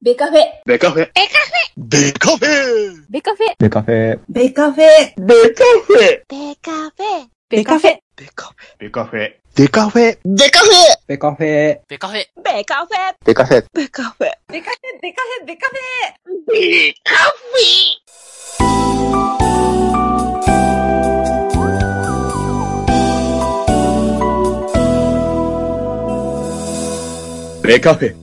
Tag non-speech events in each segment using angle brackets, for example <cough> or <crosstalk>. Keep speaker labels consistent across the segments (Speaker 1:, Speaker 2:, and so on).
Speaker 1: ベカフェ。
Speaker 2: ベカフェ。ベカフェ
Speaker 1: ベカフェ。
Speaker 3: ベカフェ、
Speaker 4: ベカフェ、
Speaker 2: ベカフェ
Speaker 5: ベカフェ。
Speaker 1: ベカフェ。
Speaker 2: ベカフェベカフェデカフェデカフ
Speaker 3: ベカフェ、
Speaker 6: ベカフェ、
Speaker 5: ベカフ
Speaker 2: ェ
Speaker 5: ェ。
Speaker 2: デカフェ
Speaker 5: ベカフェ。
Speaker 4: ベカフェ、ベカフェ、ベカフ
Speaker 2: デカフェベカフェ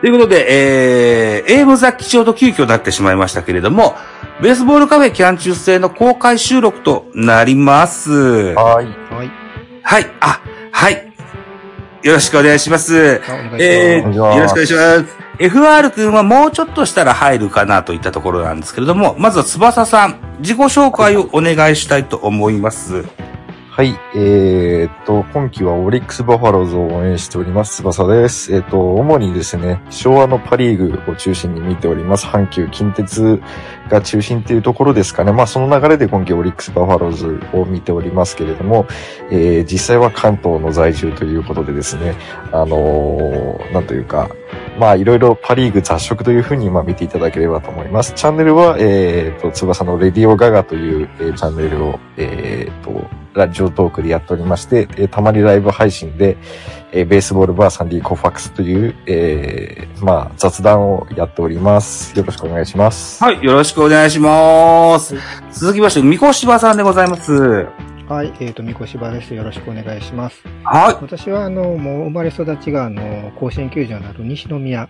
Speaker 7: ということで、えー、エイム雑記帳と急遽なってしまいましたけれども、ベースボールカフェキャン中制の公開収録となります。は
Speaker 3: はい。
Speaker 7: い、あ、はい。よろしくお願いします。え
Speaker 3: お願
Speaker 7: ー、
Speaker 3: いし
Speaker 7: よ
Speaker 3: ます
Speaker 7: ろしくお願いします。FR くんはもうちょっとしたら入るかなといったところなんですけれども、まずは翼さん、自己紹介をお願いしたいと思います。
Speaker 3: はい、えー、っと、今期はオリックスバファローズを応援しております、翼です。えーっと、主にですね、昭和のパリーグを中心に見ております、阪急近鉄が中心っていうところですかね。まあ、その流れで今期オリックスバファローズを見ておりますけれども、えー、実際は関東の在住ということでですね、あのーなんというか、まあ、いろいろパリーグ雑食というふうに、まあ、見ていただければと思います。チャンネルは、えー、っと、翼のレディオガガという、えーチャンネルを、えー、っと、ラジオトークでやっておりまして、えーたまにライブ配信で、えーベースボールバーサンディコファックスという、えーまあ、雑談をやっております。よろしくお願いします。
Speaker 7: はい、よろしくお願いします。続きまして、三越柴さんでございます。
Speaker 8: はい、えっ、と、みこしばです。よろしくお願いします。
Speaker 7: はい。
Speaker 8: 私は、あの、もう生まれ育ちが、あの、甲子園球場のある西宮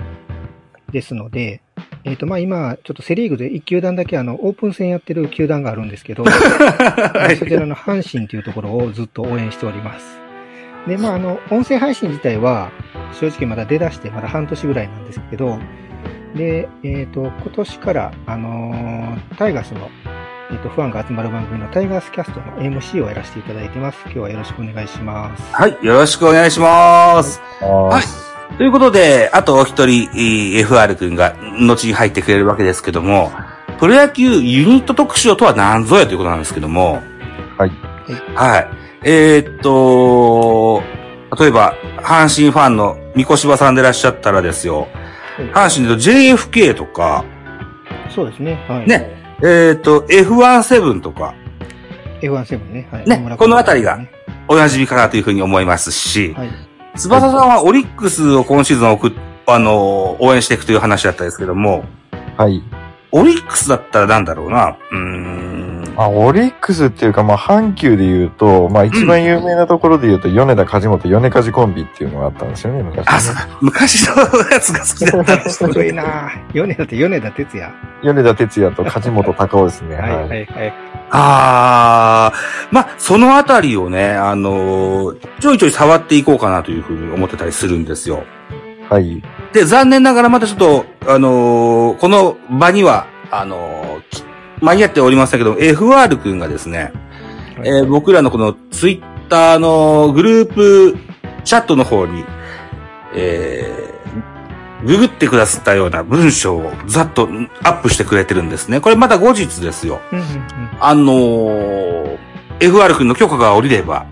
Speaker 8: ですので、えっ、と、まあ、今、ちょっとセリーグで1球団だけ、あの、オープン戦やってる球団があるんですけ
Speaker 7: <laughs>
Speaker 8: ど、
Speaker 7: はい
Speaker 8: そちらの阪神というところをずっと応援しております。で、まあ、あの、音声配信自体は、正直まだ出だしてまだ半年ぐらいなんですけど、で、えっ、と、今年から、あのータイガースの、えっ、と、ファンが集まる番組のタイガースキャストの MC をやらせていただいてます。今日はよろしくお願いします。
Speaker 7: はい、よろしくお願いします。
Speaker 3: はい
Speaker 7: ということで、あとお一人、えー FR 君が、後に入ってくれるわけですけども、プロ野球ユニット特集とは何ぞやということなんですけども、
Speaker 3: はい。
Speaker 7: はい。えーっと、例えば、阪神ファンの三越柴さんでいらっしゃったらですよ、阪神の JFK とか、
Speaker 8: そうですね。はい。
Speaker 7: ね。えーっと、F17 とか、
Speaker 8: F17 ね。はい。
Speaker 7: ね
Speaker 8: 野村君
Speaker 7: この辺りがお馴染みかなというふうに思いますし、 <laughs>
Speaker 8: はい。
Speaker 7: 翼さんはオリックスを今シーズン送っ、あの、応援していくという話だったんですけども、
Speaker 3: はい。
Speaker 7: オリックスだったらなんだろうな、うーん、
Speaker 3: まあ、オリックスっていうか、まあ、阪急で言うと、まあ、一番有名なところで言うと、米田梶本、米梶コンビっていうのがあったんですよね、昔、ね。
Speaker 7: あそう昔のやつが好きだったんです
Speaker 8: か
Speaker 7: <laughs>
Speaker 8: っこいいなぁ。米田って米田哲也。
Speaker 3: 米田哲也と梶本隆夫ですね。
Speaker 8: はい
Speaker 3: はい。
Speaker 8: はいはい。
Speaker 7: あー、まあ、そのあたりをね、あのーちょいちょい触っていこうかなというふうに思ってたりするんですよ。
Speaker 3: はい。
Speaker 7: で、残念ながらまたちょっと、あのーこの場には、あのーき間に合っておりませんけど、FR 君がですね、
Speaker 8: はい
Speaker 7: えー僕らのこのツイッターのグループチャットの方に、えーググってくださったような文章をざっとアップしてくれてるんですね。これまた後日ですよ。
Speaker 8: うんうん
Speaker 7: あのー FR 君の許可が下りれば、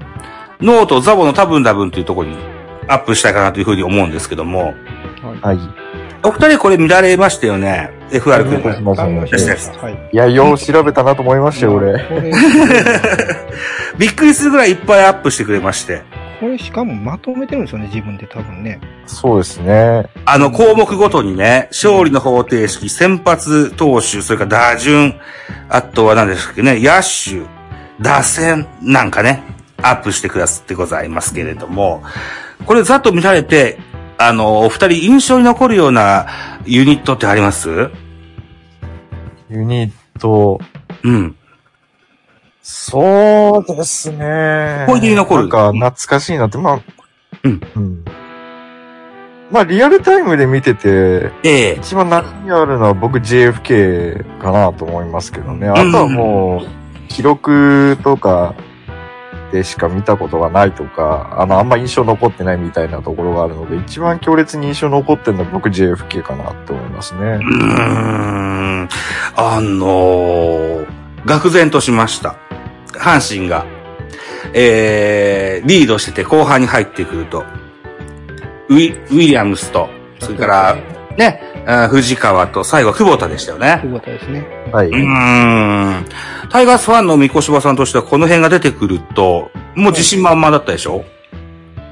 Speaker 7: ノートザボの多分多分というところにアップしたいかなというふうに思うんですけども、
Speaker 8: うん。はい。
Speaker 3: はい。
Speaker 7: お二人これ見られましたよね ?FR
Speaker 3: 見
Speaker 7: 君。
Speaker 3: ま
Speaker 7: こ
Speaker 3: したました
Speaker 8: 感動しましたはい。
Speaker 3: いや、よう調べたなと思いましたよ、俺。
Speaker 8: これ、
Speaker 7: れびっくりするぐらいいっぱいアップしてくれまして。
Speaker 8: これしかもまとめてるんですよね、自分で多分ね。
Speaker 3: そうですね。
Speaker 7: あの、項目ごとにね、勝利の方程式、先発投手、それから打順、あとは何ですかね、野手、打線なんかね、アップしてくださってございますけれども、これざっと見られて、あの、お二人印象に残るようなユニットってあります
Speaker 3: ユニット、
Speaker 7: うん。
Speaker 3: そうですね。
Speaker 7: 思い出に残る
Speaker 3: なんか、懐かしいなって、まあ、
Speaker 7: うん。
Speaker 3: うん。まあ、リアルタイムで見てて、
Speaker 7: ええ。
Speaker 3: 一番馴染みあるのは僕 JFK かなと思いますけどね。あとはもう、記録とかでしか見たことがないとか、あの、あんま印象残ってないみたいなところがあるので、一番強烈に印象残ってるのは僕 JFK かなと思いますね。
Speaker 7: うーん。あのー、愕然としました。阪神が、えー、リードしてて後半に入ってくると、ウィウィリアムスと、それから、ね、あー藤川と最後、久保田でしたよね。。
Speaker 8: 久保田ですね。
Speaker 3: はいう
Speaker 7: ーん。タイガースファンの三越柴さんとしてはこの辺が出てくると、もう自信満々だったでしょ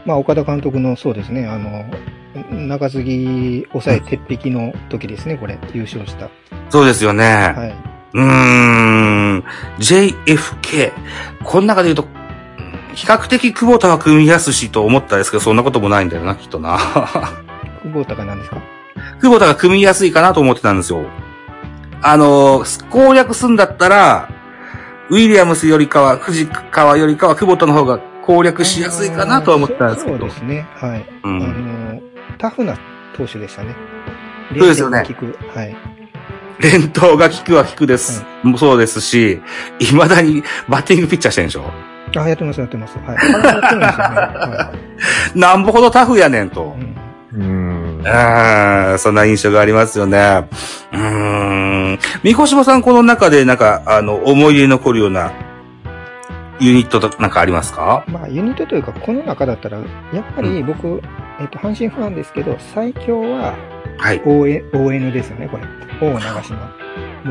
Speaker 8: まあ、岡田監督の、そうですね、あの、中継ぎ抑え鉄壁の時ですね、これ、優勝した。
Speaker 7: そうですよね。
Speaker 8: はい。
Speaker 7: うーん、JFK。この中で言うと、うん比較的久保田は組みやすしと思ったんですけど、そんなこともないんだよな、きっとな。 <laughs>
Speaker 8: 久保田が何ですか
Speaker 7: 久保田が組みやすいかなと思ってたんですよ。あの、攻略すんだったら、ウィリアムスよりかは、藤川よりかは、久保田の方が攻略しやすいかなとは思ってたんですけ
Speaker 8: そ
Speaker 7: ど。
Speaker 8: うですね、はい。
Speaker 7: う
Speaker 8: あ
Speaker 7: ん、
Speaker 8: の、タフな投手でしたね。
Speaker 7: そうですよね
Speaker 8: 冷静に効く。はい。
Speaker 7: 連投が効くは効くです。もうそうですし、未だにバッティングピッチャーしてんでしょ
Speaker 8: あ、やってます、やっ
Speaker 7: <laughs>
Speaker 8: てます。はい。やってるんですよねは
Speaker 7: なんぼほどタフやねんと。
Speaker 8: いうん
Speaker 3: うん。
Speaker 7: ああ、そんな印象がありますよね。うーん。三越島さん、この中で、なんか、あの、思い出に残るような、ユニットとなんかありますか
Speaker 8: まあ、ユニットというか、この中だったら、やっぱり僕、えっと、阪神ファンですけど、最強は
Speaker 7: はい。
Speaker 8: ON, ON ですよね、これ。大長島。
Speaker 3: あ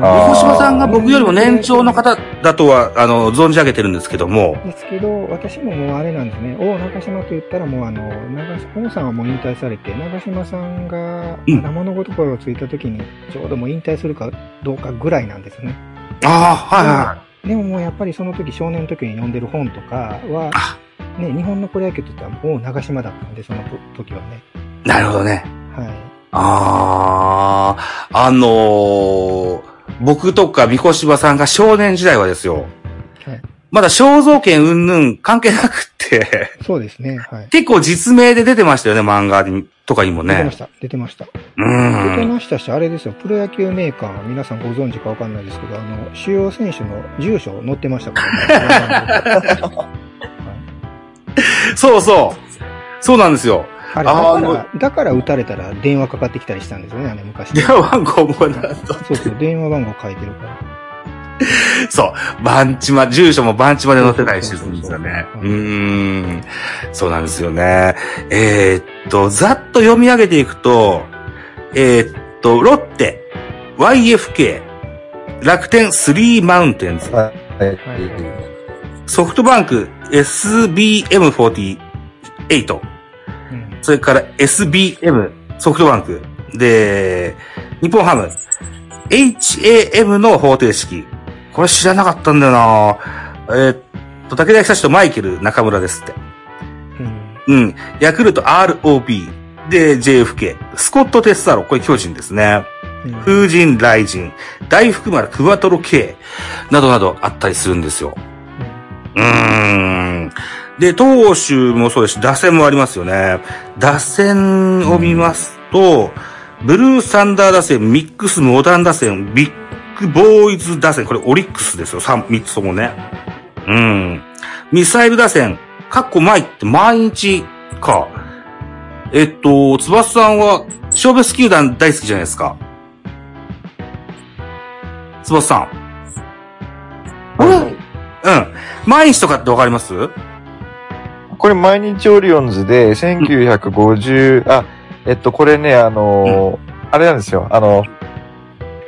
Speaker 7: 三
Speaker 3: ー
Speaker 8: もう
Speaker 7: 越島さんが僕よりも年長の方だとは、あの、存じ上げてるんですけども、
Speaker 8: ですけど、私ももうあれなんですね、大中島と言ったら、もうあの、長島、王さんはもう引退されて、長島さんが、
Speaker 7: うん
Speaker 8: まだ物心をついた時に、ちょうどもう引退するかどうかぐらいなんですね。
Speaker 7: ああ、はいは
Speaker 8: でももうやっぱりその時、少年の時に読んでる本とかは
Speaker 7: あ、
Speaker 8: ね、日本のプロ野球といったらもう長島だったんで、その時はね。
Speaker 7: い。なるほどね。
Speaker 8: はい。
Speaker 7: ああ、あのー僕とか三越柴さんが少年時代はですよ、
Speaker 8: はい
Speaker 7: まだ肖像権云々関係なくって、
Speaker 8: そうですね、はい。
Speaker 7: 結構実名で出てましたよね、漫画にとかにも
Speaker 8: 出てま
Speaker 7: ね
Speaker 8: し。た、出てました。
Speaker 7: う
Speaker 8: 出て
Speaker 7: ん。
Speaker 8: ましたし、あれですよ、プロ野球メーカー、皆さんご存知かわかんないですけど、あの、主要選手の住所載ってましたから
Speaker 7: <laughs>
Speaker 8: ね。
Speaker 7: そうそう。そうなんですよ。
Speaker 8: あれだ
Speaker 7: あー
Speaker 8: から、だから打たれたら電話かかってきたりしたんですよね、あれ昔。
Speaker 7: 電話番号もなんと。
Speaker 8: そうそう、電話番号書いてるから。
Speaker 7: そう。バンチマ、住所もバンチマで載ってたりしてるんですよね。う
Speaker 8: そうそうそうそう
Speaker 7: ーん。そうなんですよね。えーっと、ざっと読み上げていくと、えーっと、ロッテ、YFK、楽天スリーマウンテンズ、
Speaker 3: はい。
Speaker 8: はい
Speaker 7: ソフトバンク SBM48、
Speaker 8: うん
Speaker 7: それから SBM、ソフトバンク。で、日本ハム。HAM の方程式。これ知らなかったんだよなえーっと、武田久志とマイケル中村ですって。
Speaker 8: うん
Speaker 7: うん。ヤクルト ROB。で、JFK。スコット・テッサロ。これ巨人ですね。
Speaker 8: うん
Speaker 7: 風神、雷神。大福丸、クワトロ K。などなどあったりするんですよ。うーん。で、投手もそうですし、打線もありますよね。打線を見ますと、ブルーサンダー打線、ミックスモダン打線、ビッグボーイズ打線、これオリックスですよ、三三つともね。うん。ミサイル打線、かっこ前って毎日か。えっと、翼さんは、小別球団大好きじゃないですか。翼さん。あれうん。毎日とかってわかります
Speaker 3: これ、毎日オリオンズで、1950、あ、えっと、これね、あのーあれなんですよ。あの、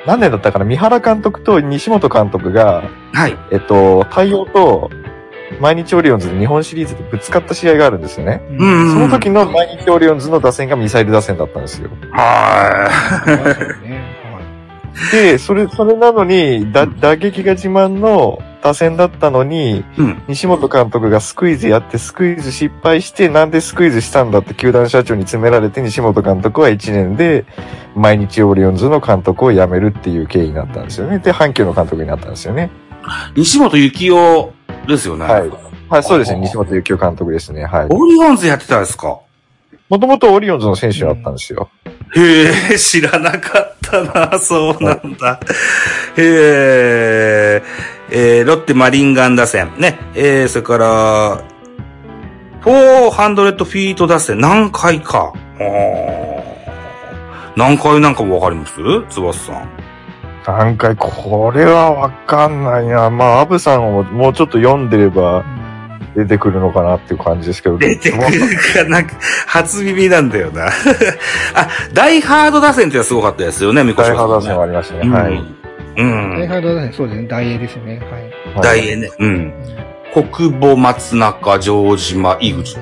Speaker 3: 何年だったかな三原監督と西本監督が、
Speaker 7: はい。
Speaker 3: えっと、太陽と毎日オリオンズで日本シリーズでぶつかった試合があるんですよね。
Speaker 7: う
Speaker 3: そ
Speaker 7: ん。
Speaker 3: の時の毎日オリオンズの打線がミサイル打線だったんですよ。
Speaker 7: は
Speaker 8: ね。
Speaker 3: で、それ、それなのに、だ、打撃が自慢の打線だったのに、
Speaker 7: い。うん。
Speaker 3: 西本監督がスクイズやって、スクイズ失敗して、なんでスクイズしたんだって球団社長に詰められて、西本監督は1年で、毎日オリオンズの監督を辞めるっていう経緯になったんですよね。で、阪急の監督になったんですよね。
Speaker 7: <laughs> 西本幸雄ですよね。
Speaker 3: はい。はい、そうですね。
Speaker 7: あー
Speaker 3: 西本幸雄監督ですね。はい。
Speaker 7: オリオンズやってたんですか
Speaker 3: もともとオリオンズの選手だったんですよ。
Speaker 7: へえ、知らなかったな、そうなんだ。へえ、えーロッテマリンガン打線、ね、えーそれから、400フィート打線、何回か。あー何回なんかもわかります翼さん。
Speaker 3: なんか、これはわかんないな。まあ、アブさんをもうちょっと読んでれば出てくるのかなっていう感じですけど。
Speaker 7: 出てくるかなんか、初耳なんだよな。 <laughs> あ、ダイハード打線ってのはすごかったですよね、みこし
Speaker 3: 大
Speaker 7: まさん、ね。
Speaker 3: 波打線はありましたね。は
Speaker 7: う
Speaker 3: い。
Speaker 7: んうん。
Speaker 8: 大ハードだね。そうですね。大英ですね。はい。
Speaker 7: 大英ね。うん。国母、松中、城島、井口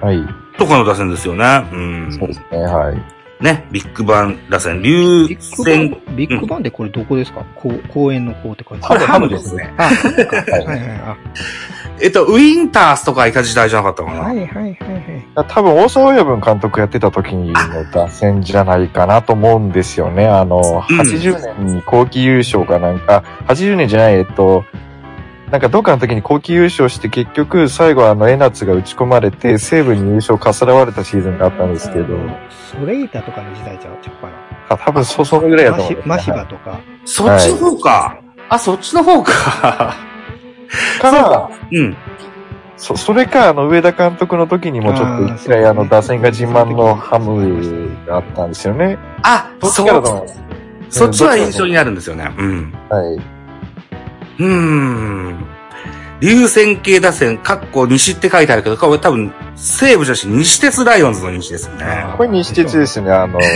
Speaker 3: はい。
Speaker 7: とかの打線ですよね。うん。
Speaker 3: そうですね。はい。
Speaker 7: ね。ビッグバン打線、竜
Speaker 8: ビッグバ
Speaker 7: 戦、
Speaker 8: ン、ビッグバンでこれどこですか、こう公園の公って書いて
Speaker 7: これハム
Speaker 8: で。
Speaker 7: ですす <laughs> ね。
Speaker 8: あ、ハムか。はい
Speaker 3: い
Speaker 8: はいはい。あ
Speaker 7: えっと、ウィンタースとかいた時代じゃなかったかな。
Speaker 8: はいはいはいはい。
Speaker 3: 多分、大沢親分監督やってた時の打線じゃないかなと思うんですよね。あの、
Speaker 7: うん
Speaker 3: 80年に後期優勝かなんか、あ80年じゃない、えっと、なんかどっかの時に後期優勝して結局最後あの江夏が打ち込まれて西武に優勝かさらわれたシーズンがあったんですけど、
Speaker 8: ソレイタとかの時代ちゃうちゃうかな。
Speaker 3: あ多分そ、そのぐらいだと
Speaker 8: マ
Speaker 3: 思
Speaker 8: シ
Speaker 3: う。
Speaker 8: マシ
Speaker 3: は
Speaker 8: バ
Speaker 3: い
Speaker 8: とか。
Speaker 7: そっちの方か。あ、そっちの方か。
Speaker 3: から、
Speaker 7: うん。
Speaker 3: そ、それか、あの、上田監督の時にもちょっと一回あの、打線が自慢のハムがあったんですよね。
Speaker 7: あ、
Speaker 3: どっち
Speaker 7: そ
Speaker 3: からだろ
Speaker 7: う。
Speaker 3: う
Speaker 7: そっちは印象になるんですよね。うん。
Speaker 3: はい。
Speaker 7: うーん。流線系打線、かっこ西って書いてあるけど、これ多分、西武女子西鉄ライオンズの西ですよね。
Speaker 3: これ西鉄ですね。
Speaker 1: <laughs>
Speaker 3: あの、三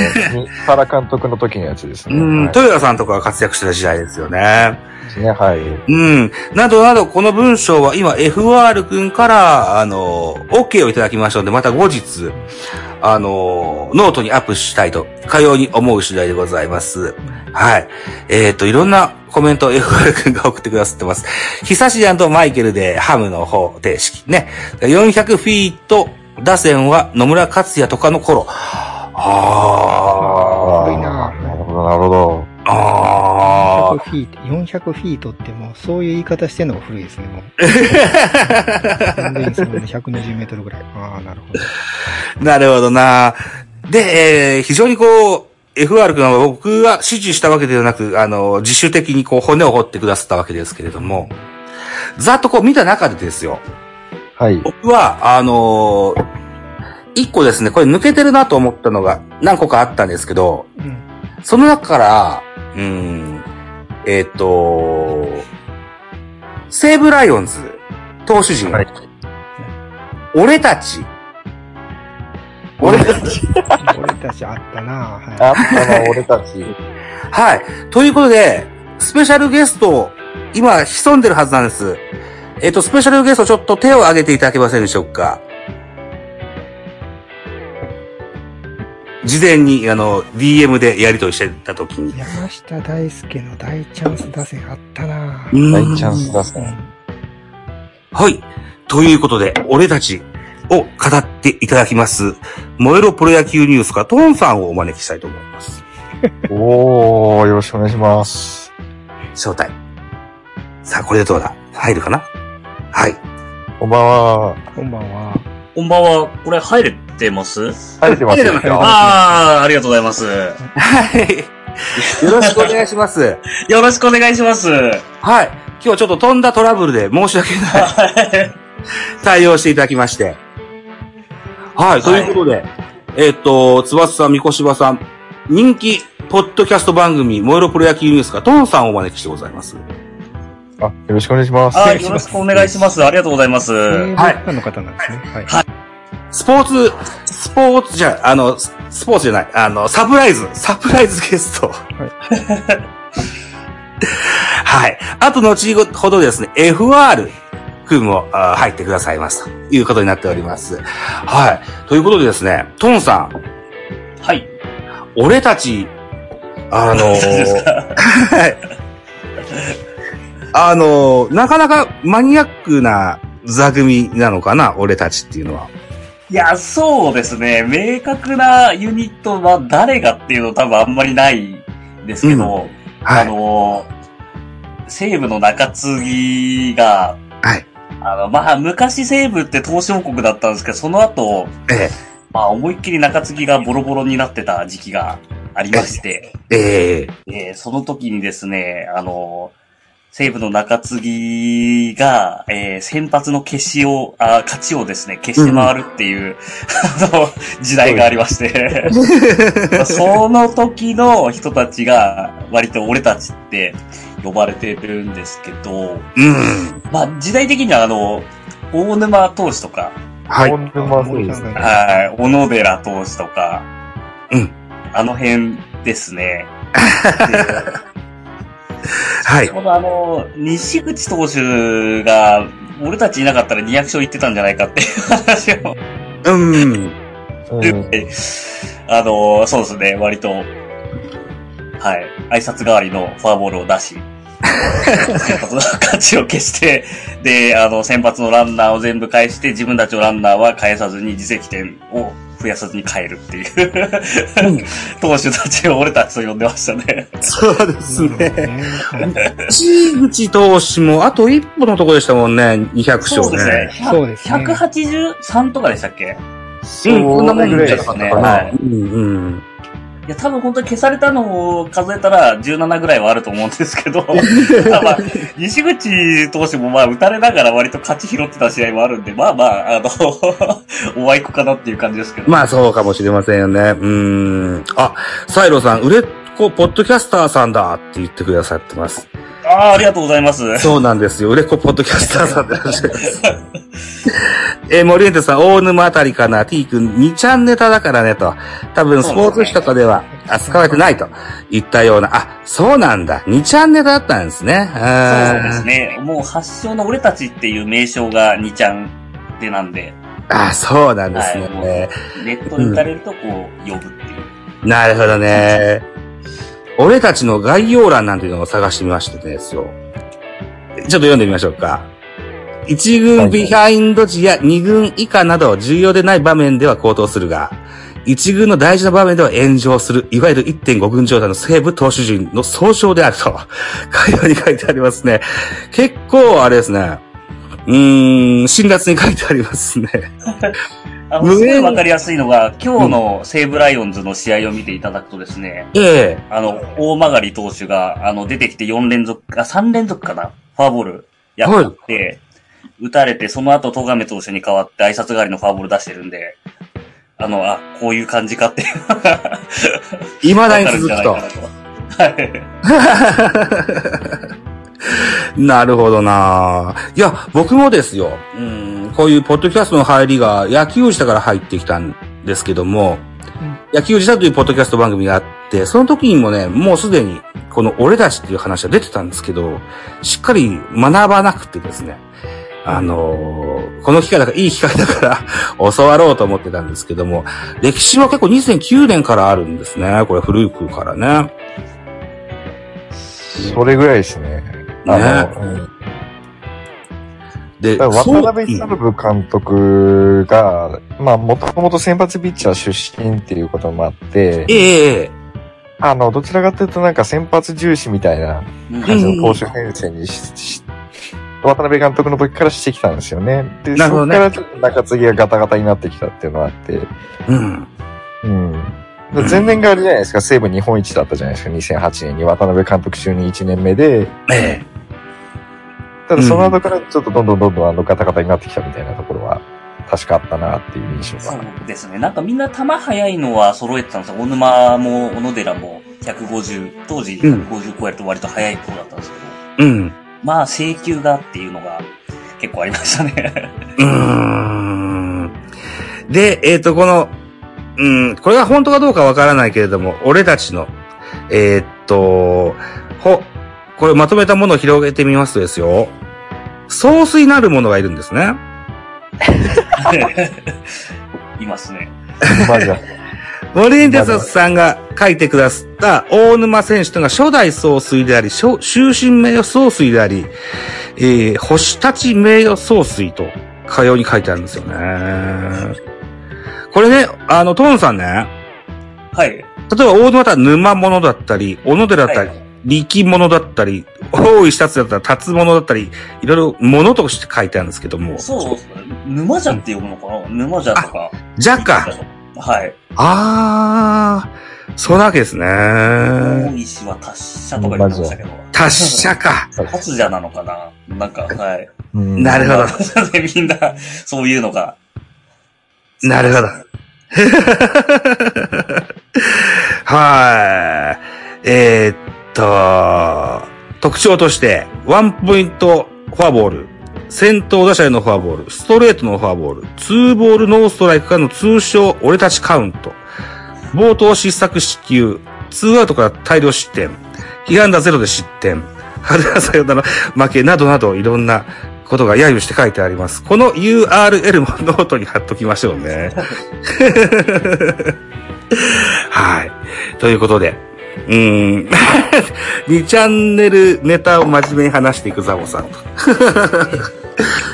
Speaker 3: 原監督の時のやつですね。
Speaker 7: うん、
Speaker 3: はい
Speaker 7: 豊田さんとかが活躍してた時代ですよね。
Speaker 3: ですね、はい。
Speaker 7: うん。などなど、この文章は今 FR 君から、あの、OK をいただきましたので、また後日、あの、ノートにアップしたいと、かように思う次第でございます。はい。えっ、と、いろんなコメントを FR 君が送ってくださってます。ヒサシアンとマイケルでハムの方程式ね。400フィート打線は野村克也とかの頃。あ
Speaker 8: 古いな
Speaker 3: ーなるほど、なるほど。
Speaker 7: あ。ああ
Speaker 8: 400。フィート、400フィートってもう、そういう言い方してんのが古いですね、
Speaker 3: <laughs>
Speaker 8: もう。全然その120メートルぐらい。ああ、なるほど。
Speaker 7: なるほどな。で、えー非常にこう、FR 君は僕が指示したわけではなく、あの、自主的にこう骨を掘ってくださったわけですけれども、ざっとこう見た中でですよ、
Speaker 3: はい。
Speaker 7: 僕は、あのー一個ですね、これ抜けてるなと思ったのが何個かあったんですけど、
Speaker 8: うん。
Speaker 7: その中から、うーん、えっ、と、西武ライオンズ、投手陣、
Speaker 3: はい
Speaker 7: 俺たち、
Speaker 3: 俺たち。
Speaker 8: 俺たちあったなは
Speaker 3: あったな、俺た
Speaker 1: <laughs>
Speaker 3: ち。
Speaker 7: はい。ということで、スペシャルゲスト、今、潜んでるはずなんです。えっ、と、スペシャルゲスト、ちょっと手を挙げていただけませんでしょうか。事前に、あの、DM でやりとりしてたときに
Speaker 8: い。。山下大輔の大チャンス打線あったな
Speaker 3: 大チャンス打
Speaker 8: う
Speaker 3: 線。
Speaker 8: ん
Speaker 7: はい。ということで、俺たちを語っていただきます、燃えろプロ野球ニュースからトーンさんをお招きしたいと思います。
Speaker 3: おー、よろしくお願いします。
Speaker 7: 招待。さあ、これでどうだ入るかなはい。
Speaker 3: こんばんは。
Speaker 8: こんばんは。
Speaker 1: こんばんは。これ入れてます
Speaker 3: 晴れてます
Speaker 7: 入れてますよ
Speaker 1: ああ、ありがとうございます。
Speaker 7: はい。よろしくお願いします。
Speaker 1: よろしくお願いします。
Speaker 7: はい。今日ちょっと飛んだトラブルで申し訳ない対応していただきまして。はい。ということで、えーっと、つばさん、みこしばさん、人気、ポッドキャスト番組、燃えろプロ野球ニュースから、トンさんをお招きしてございます。
Speaker 3: あ、よろしくお願いします。
Speaker 1: あーよろしくお願いします。ありがとうございます。
Speaker 8: 西
Speaker 1: は
Speaker 8: 武ファンの方なんですね。はい。
Speaker 7: スポーツ、スポーツ、じゃあ、あの、スポーツじゃない。あの、サプライズ。サプライズゲスト。はい。あと、後ほどですね、FR 君もあ入ってくださいます。ということになっております。はい。ということでですね、トンさん、
Speaker 1: はい。
Speaker 7: 俺たち、あのー
Speaker 1: 大丈夫ですか
Speaker 7: はい。あのーなかなかマニアックな座組なのかな、俺たちっていうのは。
Speaker 1: いや、そうですね。明確なユニットは誰がっていうの多分あんまりないですけど、
Speaker 7: は
Speaker 1: あ
Speaker 7: い。
Speaker 1: の西武の中継ぎが、
Speaker 7: はい
Speaker 1: あの、まあ、昔西武って東証国だったんですけど、その後、
Speaker 7: え
Speaker 1: まあ、思いっきり中継ぎがボロボロになってた時期がありまして、
Speaker 7: え、ええ、
Speaker 1: えーその時にですね、あの西武の中継ぎが、えー先発の消しを、あ勝ちをですね、消して回るっていう、あの、時代がありまして。 <laughs> その時の人たちが、割と俺たちって呼ばれてるんですけど、
Speaker 7: うん。
Speaker 1: まあ時代的にはあの、大沼投手とか、
Speaker 7: はい。
Speaker 3: 本沼そうですね。
Speaker 1: はい、小野寺投手とか、
Speaker 7: うん。
Speaker 1: あの辺です
Speaker 7: <laughs>
Speaker 1: ね。
Speaker 7: は
Speaker 1: で
Speaker 7: い
Speaker 1: ち。ょうどあの、西口投手が、俺たちいなかったら200勝いってたんじゃないかっていう話を
Speaker 7: うん。
Speaker 3: うん
Speaker 1: えあの、そうですね、割と、はい、挨拶代わりのフォアボールを出し、 <laughs> 先発の価値を消して、で、あの、先発のランナーを全部返して、自分たちのランナーは返さずに自責点を増やさずに変えるっていう、 <laughs> 投手たちを俺たちと呼んでましたね。
Speaker 7: そうですね。
Speaker 8: なるほどね
Speaker 7: 西口投手もあと一歩のとこでしたもんね、200勝ね。
Speaker 1: そうですね。
Speaker 8: そうですね
Speaker 1: 183とかでしたっけ
Speaker 3: そう
Speaker 7: こんなもん
Speaker 3: ぐらい
Speaker 7: じゃな
Speaker 3: です
Speaker 7: かった
Speaker 3: か
Speaker 1: ね
Speaker 3: ね。
Speaker 1: は
Speaker 3: はいい。
Speaker 7: うんうん。
Speaker 1: いや、多分本当に消されたのを数えたら17ぐらいはあると思うんです
Speaker 8: <laughs>
Speaker 1: けど、まあまあ、西口投手もまあ打たれながら割と勝ち拾ってた試合もあるんで、まあまあ、あの、 <laughs> おあいこかなっていう感じですけど。
Speaker 7: まあそうかもしれませんよね。うん。あ、サイロさん、売れっ子ポッドキャスターさんだって言ってくださってます。
Speaker 1: ああ、ありがとうございます。
Speaker 7: <laughs> そうなんですよ。売れっ子ポッドキャスターさんでいらっしゃいます。 <laughs> えー、森エンテさん、大沼あたりかな、t 君、2ちゃんネタだからね、と。多分、スポーツ誌とかでは扱われてないと言ったような。あ、そうなんだ。2ちゃんネタだったんですね。
Speaker 1: そうです
Speaker 7: あ
Speaker 1: ね。もう発祥の俺たちっていう名称が2ちゃんでなんで、
Speaker 7: あ、そうなんです
Speaker 1: はい、もうネ
Speaker 7: ね。
Speaker 1: ットに打たれるとこう呼ぶっていう。
Speaker 7: なるほどね。俺たちの概要欄なんていうのを探してみましたですよ。ちょっと読んでみましょうか。1
Speaker 3: は
Speaker 7: 軍
Speaker 3: い
Speaker 7: ビハインド時や2軍以下など重要でない場面では高騰するが、1軍の大事な場面では炎上する、いわゆる1.5軍状態の西部投手陣の総称であると、概要に書いてありますね。結構あれですね。うーん、辛辣に書いてありますね。
Speaker 1: あの、
Speaker 7: 無
Speaker 1: す
Speaker 7: 縁
Speaker 1: ごいわかりやすいのが、今日の西武ライオンズの試合を見ていただくとですね、
Speaker 7: ええ
Speaker 1: あの、大曲投手が、あの、出てきて4連続、あ、3連続かなフォアボールやって、打たれて、その後、戸亀投手に代わって挨拶代わりのフォアボール出してるんで、あの、あ、こういう感じ
Speaker 7: <laughs>
Speaker 1: かっていうのが
Speaker 7: 未
Speaker 1: わか
Speaker 7: だに
Speaker 1: るん
Speaker 7: 続
Speaker 1: じゃな
Speaker 7: く
Speaker 1: いか
Speaker 7: と
Speaker 1: な。と。はい。
Speaker 7: <laughs> なるほどないや、僕もですよ。うん、こういうポッドキャストの入りが野球したから入ってきたんですけども、野球したというポッドキャスト番組があって、その時にもね、もうすでに、この俺たちっていう話は出てたんですけど、しっかり学ばなくてですね、あのーこの機会だから、いい機会だから、 <laughs> 教わろうと思ってたんですけども、歴史は結構2009年からあるんですね。これ古くからね。
Speaker 3: それぐらいですね。あの、うん
Speaker 7: で、
Speaker 3: だから
Speaker 7: そう
Speaker 3: 渡辺
Speaker 7: うん
Speaker 3: 忍監督が、まあ、もともと先発ピッチャー出身っていうこともあって、
Speaker 7: ええ
Speaker 3: あの、どちらかというとなんか先発重視みたいな感じの投手編成にし、し渡辺監督の時からしてきたんですよね。で、
Speaker 7: なるほど
Speaker 3: そこ
Speaker 7: ね
Speaker 3: からちょっと中継ぎがガタガタになってきたっていうのがあって、
Speaker 7: うん。
Speaker 3: うん。だから前年があるじゃないですか、西武日本一だったじゃないですか、2008年に渡辺監督就任1年目で、
Speaker 7: ええ。
Speaker 3: ただその後からちょっとどんどんどんどんあのガタガタになってきたみたいなところは、確かあったなっていう印象
Speaker 1: そ
Speaker 3: が。
Speaker 1: うですね。なんかみんな球速いのは揃えてたんですよ。大沼も小野寺も150、当時150超えると割と速い方だったんですけど、
Speaker 7: うん。
Speaker 1: まあ、請求がっていうのが結構ありましたね。 <laughs>
Speaker 7: うーん。で、えっ、と、この、うん、これが本当かどうかわからないけれども、俺たちの、えーっと、ほ、これまとめたものを広げてみますとですよ、総帥なるものがいるんですね。
Speaker 1: いますね。
Speaker 3: まあじゃ
Speaker 7: 森ンテサスさんが書いてくださった大沼選手というのが初代総帥であり、初終身名誉総帥であり、えー、星立ち名誉総帥と、かように書いてあるんですよね。これね、あの、トーンさんね、
Speaker 1: はい。
Speaker 7: 例えば大沼だったら沼物だったり、小野寺だったり、
Speaker 1: はい
Speaker 7: 力物だったり、大石達だったら達物だったり、いろいろ物として書いてあるんですけども。
Speaker 1: そう、沼じゃって呼ぶのかな沼じゃとか。
Speaker 7: じゃか。。
Speaker 1: はい。
Speaker 7: あー、そうなわけですね。
Speaker 1: 大石は達者とか言ってましたけど。
Speaker 7: 達者か。
Speaker 1: <laughs> 達者なのかななんか、はい。
Speaker 3: あ。う
Speaker 7: <laughs>
Speaker 3: ん
Speaker 7: なるほど。
Speaker 1: で、 <laughs> みんな、そういうのが。
Speaker 7: なるほど。 <laughs> はい。えーっと、特徴として、ワンポイントフォアボール、先頭打者へのフォアボール、ストレートのフォアボール、ツーボールノーストライクからの通称、俺たちカウント、冒頭失策失球、ツーアウトから大量失点、被安打ゼロで失点、春はさよなら負けなどなど、いろんなことが揶揄して書いてあります。この URL も <laughs> ノートに貼っときましょうね。はい。ということで、うーん。2チャンネルネタを真面目に話していくザボさんと。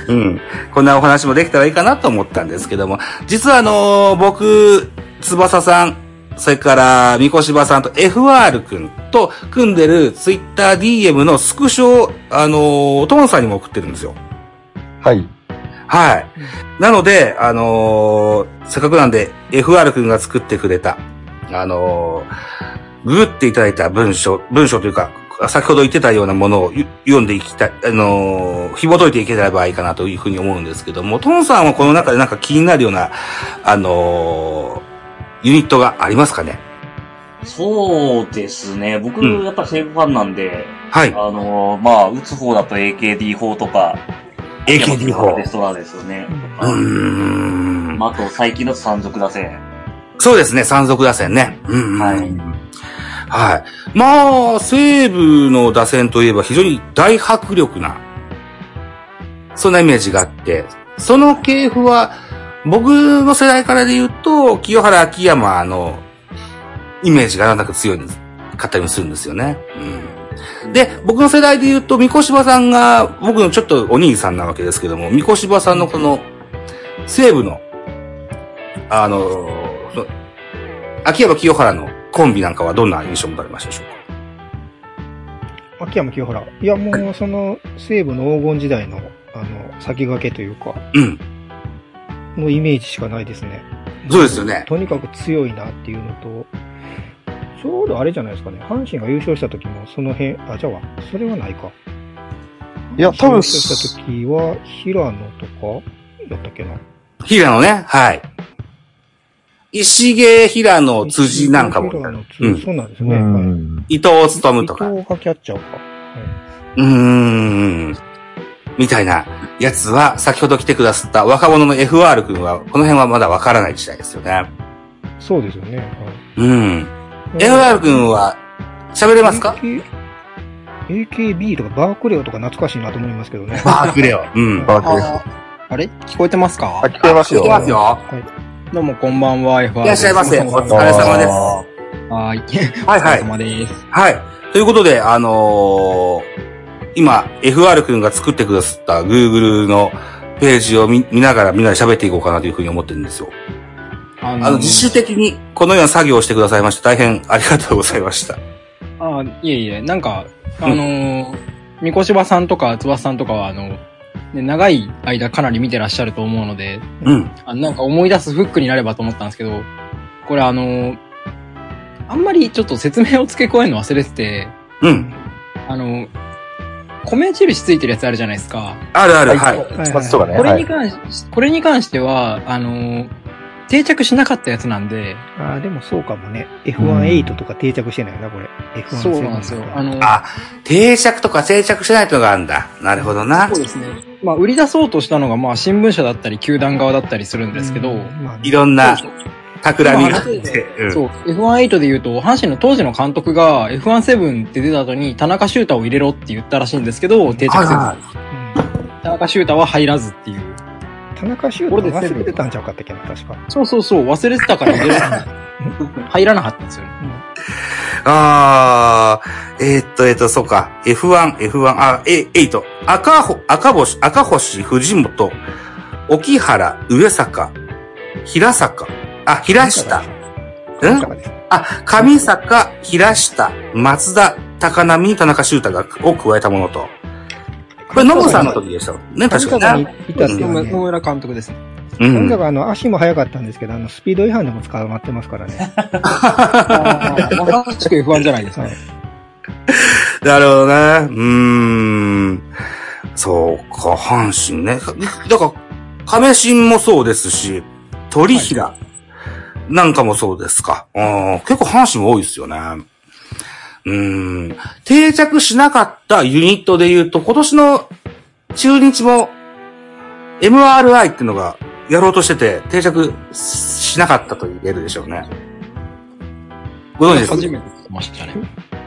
Speaker 7: <laughs> うん。こんなお話もできたらいいかなと思ったんですけども、実はあのー僕、翼さん、それから、三越柴さんと FR 君と組んでる TwitterDM のスクショを、あのートーンさんにも送ってるんですよ。
Speaker 3: はい。
Speaker 7: はい。なので、あのーせっかくなんで、FR 君が作ってくれた、あのーググっていただいた文章、文章というか、先ほど言ってたようなものをゆ読んでいきたい、あのー紐解いていければいいかなというふうに思うんですけども、トンさんはこの中でなんか気になるような、あのーユニットがありますかね
Speaker 1: そうですね。僕、
Speaker 7: うん
Speaker 1: やっぱり西武ファンなんで、
Speaker 7: はい。
Speaker 1: あのーまあ、打つ方だと AKD 法とか、
Speaker 7: AKD 法
Speaker 1: レストラですよね。
Speaker 7: うーん。
Speaker 1: まあ、あと、最近だと山賊打線。
Speaker 7: そうですね、山賊打線ね。うんうん。
Speaker 1: はい
Speaker 7: はい。まあ、西武の打線といえば非常に大迫力な、そんなイメージがあって、その系譜は、僕の世代からで言うと、清原秋山のイメージがなんとなく強いんですかったりもするんですよね。うん。で、僕の世代で言うと、三越柴さんが、僕のちょっとお兄さんなわけですけども、三越柴さんのこの、西武の、あの、その秋山清原のコンビなんかはどんな印象を持たれましたでしょうか
Speaker 8: 秋山清原。いや、もう、その、西武の黄金時代の、あの、先駆けというか、
Speaker 7: うん。
Speaker 8: のイメージしかないですね。
Speaker 7: そうですよね。
Speaker 8: とにかく強いなっていうのと、ちょうどあれじゃないですかね。阪神が優勝した時も、その辺、あ、じゃあ、それはないか。
Speaker 3: いや、多分、
Speaker 8: 優勝した時は、平野とか、だったっけな。
Speaker 7: 平野ね、はい。石毛、平野、辻なんかも。
Speaker 8: 平野
Speaker 7: う
Speaker 8: 辻
Speaker 7: ん
Speaker 8: そうなんです
Speaker 3: う
Speaker 8: ね。はい
Speaker 3: ん。
Speaker 7: 伊藤勤とか。
Speaker 8: 伊
Speaker 7: う
Speaker 8: 藤がキャッチャーか。
Speaker 7: ーん。みたいなやつは、先ほど来てくださった若者の FR 君は、この辺はまだわからない時代ですよね。
Speaker 8: そうですよね。はい
Speaker 7: うん。FR 君は、喋れますか
Speaker 8: AK ?AKB とかバークレオとか懐かしいなと思います
Speaker 7: <laughs>
Speaker 8: けどね。
Speaker 7: バークレオ。うん。
Speaker 3: バークレ
Speaker 5: あーあれ聞こえてますか
Speaker 3: あ、聞こえますよ。
Speaker 7: 聞いてますよ。
Speaker 5: どうもこんばんは、FR です。
Speaker 7: いらっしゃいませ。お疲れ様です。は
Speaker 5: はー
Speaker 7: いは
Speaker 5: い。
Speaker 7: い
Speaker 5: お疲れ。様です。
Speaker 7: はい。ということで、あのー今、FR 君が作ってくださった Google のページを見見ながらみんなで喋っていこうかなというふうに思ってるんですよ。
Speaker 5: <laughs> あ
Speaker 7: あの、自主的にこのような作業をしてくださいまして、大変ありがとうございました。
Speaker 5: あーいえいえ、なんか、あのー、みこしばさんとか、つばさんとかは、あの、ね長い間かなり見てらっしゃると <laughs> 思うので、
Speaker 7: うん。
Speaker 5: あなんか思い出すフックになればと思ったんですけど、これあのー、あんまりちょっと説明を付け加えるの忘れてて、
Speaker 7: うん。
Speaker 5: あの、米印ついてるやつあるじゃないですか。
Speaker 7: あるある、はい。
Speaker 3: 一発とかね。
Speaker 5: これ
Speaker 3: は
Speaker 5: に
Speaker 3: い。
Speaker 5: 関し、これに関しては、あの、定着しなかったやつなんで、
Speaker 8: ああ、でもそうかもね。F18 とか定着してないな、これ。F17
Speaker 5: そうなんですよ。あの、
Speaker 7: あ、定着とか定着しないとかあるんだ。なるほどな
Speaker 5: そう。ですね。まあ、売り出そうとしたのが、まあ、新聞社だったり、球団側だったりするんですけど、
Speaker 8: うんまあね
Speaker 7: いろんな
Speaker 5: そうそう
Speaker 7: 企みがあって。うん
Speaker 5: そう。F18 で言うと、阪神の当時の監督が F17 って出た後に田中修太を入れろって言ったらしいんですけど、定着せず。
Speaker 7: あ
Speaker 5: 田中修太は入らずっていう。
Speaker 8: 田中修
Speaker 5: こ
Speaker 8: 太
Speaker 5: れですね
Speaker 8: 忘れてたんちゃうかったっけな、確か。
Speaker 5: そうそうそう、忘れてたから入れら
Speaker 7: <laughs>
Speaker 5: れない。入らなかったんですよね。
Speaker 7: あー、えーっと、えーっと、そうか。F1、F1、あ、え、えいと、赤ほ、赤星、赤星、藤本、沖原、上坂、平坂、あ、平下、
Speaker 8: なんんかです。
Speaker 7: あ、上坂、平下、松田、高波、田中修太が、を加えたものと。これ、ノブさんの時でしたね、確
Speaker 8: 神
Speaker 7: か
Speaker 8: 川
Speaker 7: に
Speaker 8: に
Speaker 7: ね。
Speaker 8: いたっていうのは
Speaker 5: 野
Speaker 8: ね
Speaker 5: 村監
Speaker 7: <laughs>
Speaker 5: 督ですね。
Speaker 7: うん。
Speaker 8: 神川があの、足も速かったんですけど、あの、スピード違反でも捕まってますからね。
Speaker 5: あーまさしく F1 じゃないですか。
Speaker 8: はい。
Speaker 7: なるほどね。うーん。そうか、阪神ね。だから、亀新もそうですし、鳥平なんかもそうですか。うん結構阪神多いですよね。うーん。定着しなかったユニットで言うと、今年の中日も MRI っていうのがやろうとしてて、定着しなかったと言えるでしょうね。ご存知ですか
Speaker 5: 初めて聞きましたね。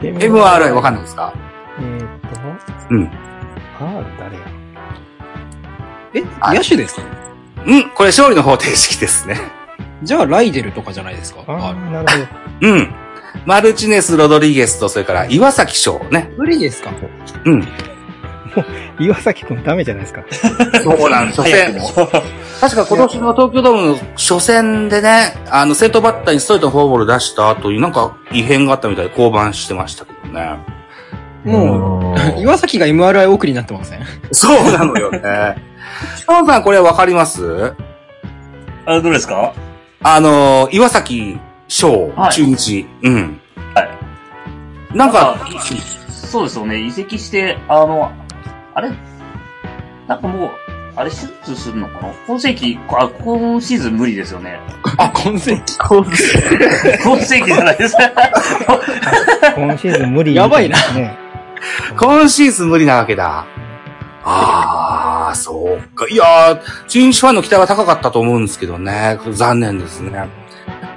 Speaker 7: ?MRI わかんないですか
Speaker 8: えーっと、
Speaker 7: うん。
Speaker 8: R 誰や
Speaker 5: え、
Speaker 7: あ
Speaker 5: 野手ですか
Speaker 7: うん、これ勝利の方程式ですね。
Speaker 5: じゃあ、ライデルとかじゃないですか。
Speaker 8: ああ、
Speaker 5: あ
Speaker 8: なるほど。
Speaker 7: うん。マルチネス、ロドリゲスと、それから岩崎翔ね。
Speaker 5: 無理ですか
Speaker 7: うん。
Speaker 8: 岩崎くんダメじゃないですか。
Speaker 7: そうなんです初
Speaker 1: 早く
Speaker 7: 戦。
Speaker 1: も。 <laughs>
Speaker 7: 確か今年の東京ドームの初戦でね、あの、先頭バッターにストレートのフォアボール出した後になんか異変があったみたいで降板してましたけどね。
Speaker 5: も
Speaker 3: う
Speaker 5: う、岩崎が MRI 送りになってません
Speaker 7: そうなのよね。シャンさんこれわかります
Speaker 1: あ、どれですか
Speaker 7: あの、岩崎翔、
Speaker 1: はい
Speaker 7: 中日。うん。。
Speaker 1: はい
Speaker 7: なんか、
Speaker 1: なんかそうですよね。移籍して、あの、あれなんかもう、あれ手術するのかな今世紀、あ、今シーズン無理ですよね。
Speaker 5: あ、今世紀。
Speaker 1: 今世紀じゃないです。
Speaker 8: 今シーズン無理、
Speaker 5: やばいな
Speaker 8: ね。
Speaker 7: 今シーズン無理なわけだ。ああ、そうか。いやー、中日ファンの期待は高かったと思うんですけどね。残念ですね。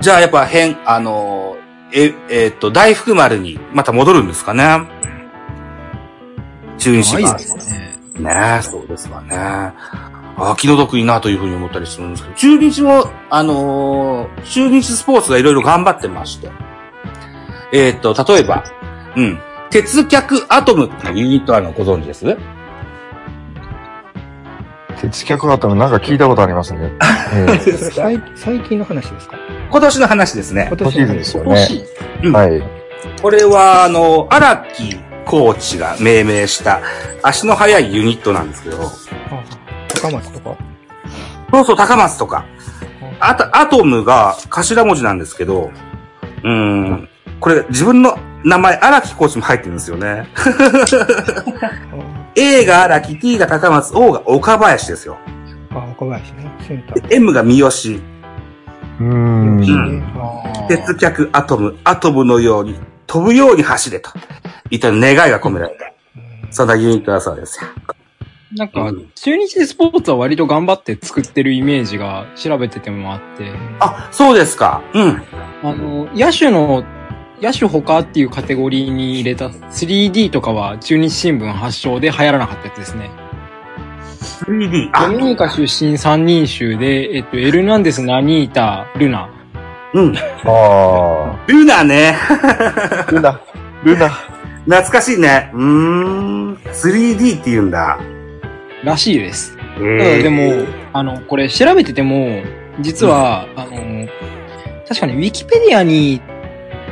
Speaker 7: じゃあやっぱ変、あのー、え、えーっと、大福丸にまた戻るんですかね。中日ファン
Speaker 5: ね。
Speaker 7: ねそうですわね。ああ、気の毒いなというふうに思ったりするんですけど、中日も、あのー中日スポーツがいろいろ頑張ってまして。えーっ、と、例えば、うん、鉄脚アトムっていうユニットあるのご存知です
Speaker 3: 鉄脚型のなんか聞いたことありますね。えー
Speaker 8: それ最最近の話ですか
Speaker 7: 今年の話ですね
Speaker 8: 今。
Speaker 3: 今
Speaker 8: 年
Speaker 3: シーズンですよね。
Speaker 7: うん
Speaker 3: はい。
Speaker 7: これは、あの、荒木コーチが命名した足の速いユニットなんですけど、
Speaker 8: あ高松とか
Speaker 7: そうそう、高松とか。あと、アトムが頭文字なんですけど、うーん。これ、自分の名前、荒木コーチも入ってるんですよね。A が荒木、T が高松、O が岡林ですよ。
Speaker 8: あ、岡林ね。センタ
Speaker 7: で M が三好、
Speaker 3: うーん。
Speaker 7: 鉄脚、アトム、アトムのように、飛ぶように走れと。いった願いが込められた。そんなユニットだそうですよ。
Speaker 5: なんか
Speaker 7: うん、
Speaker 5: 中日スポーツは割と頑張って作ってるイメージが調べててもあって、
Speaker 7: あ、そうですか。うん。
Speaker 5: あの、野手の、野手他っていうカテゴリーに入れた 3D とかは中日新聞発祥で流行らなかったやつですね。
Speaker 7: 3D。
Speaker 5: ドミニカ出身三人衆で、えっと、エルナンデス、ナニータ、ルナ。
Speaker 7: うん。
Speaker 3: あ
Speaker 7: ルナね。
Speaker 3: あ。ルナ。ルナ。
Speaker 7: 懐かしいね。うーん。3D って言うんだ。
Speaker 5: らしいです。
Speaker 7: え
Speaker 5: ただでも、あの、これ調べてても、実は、あの、確かにウィキペディアに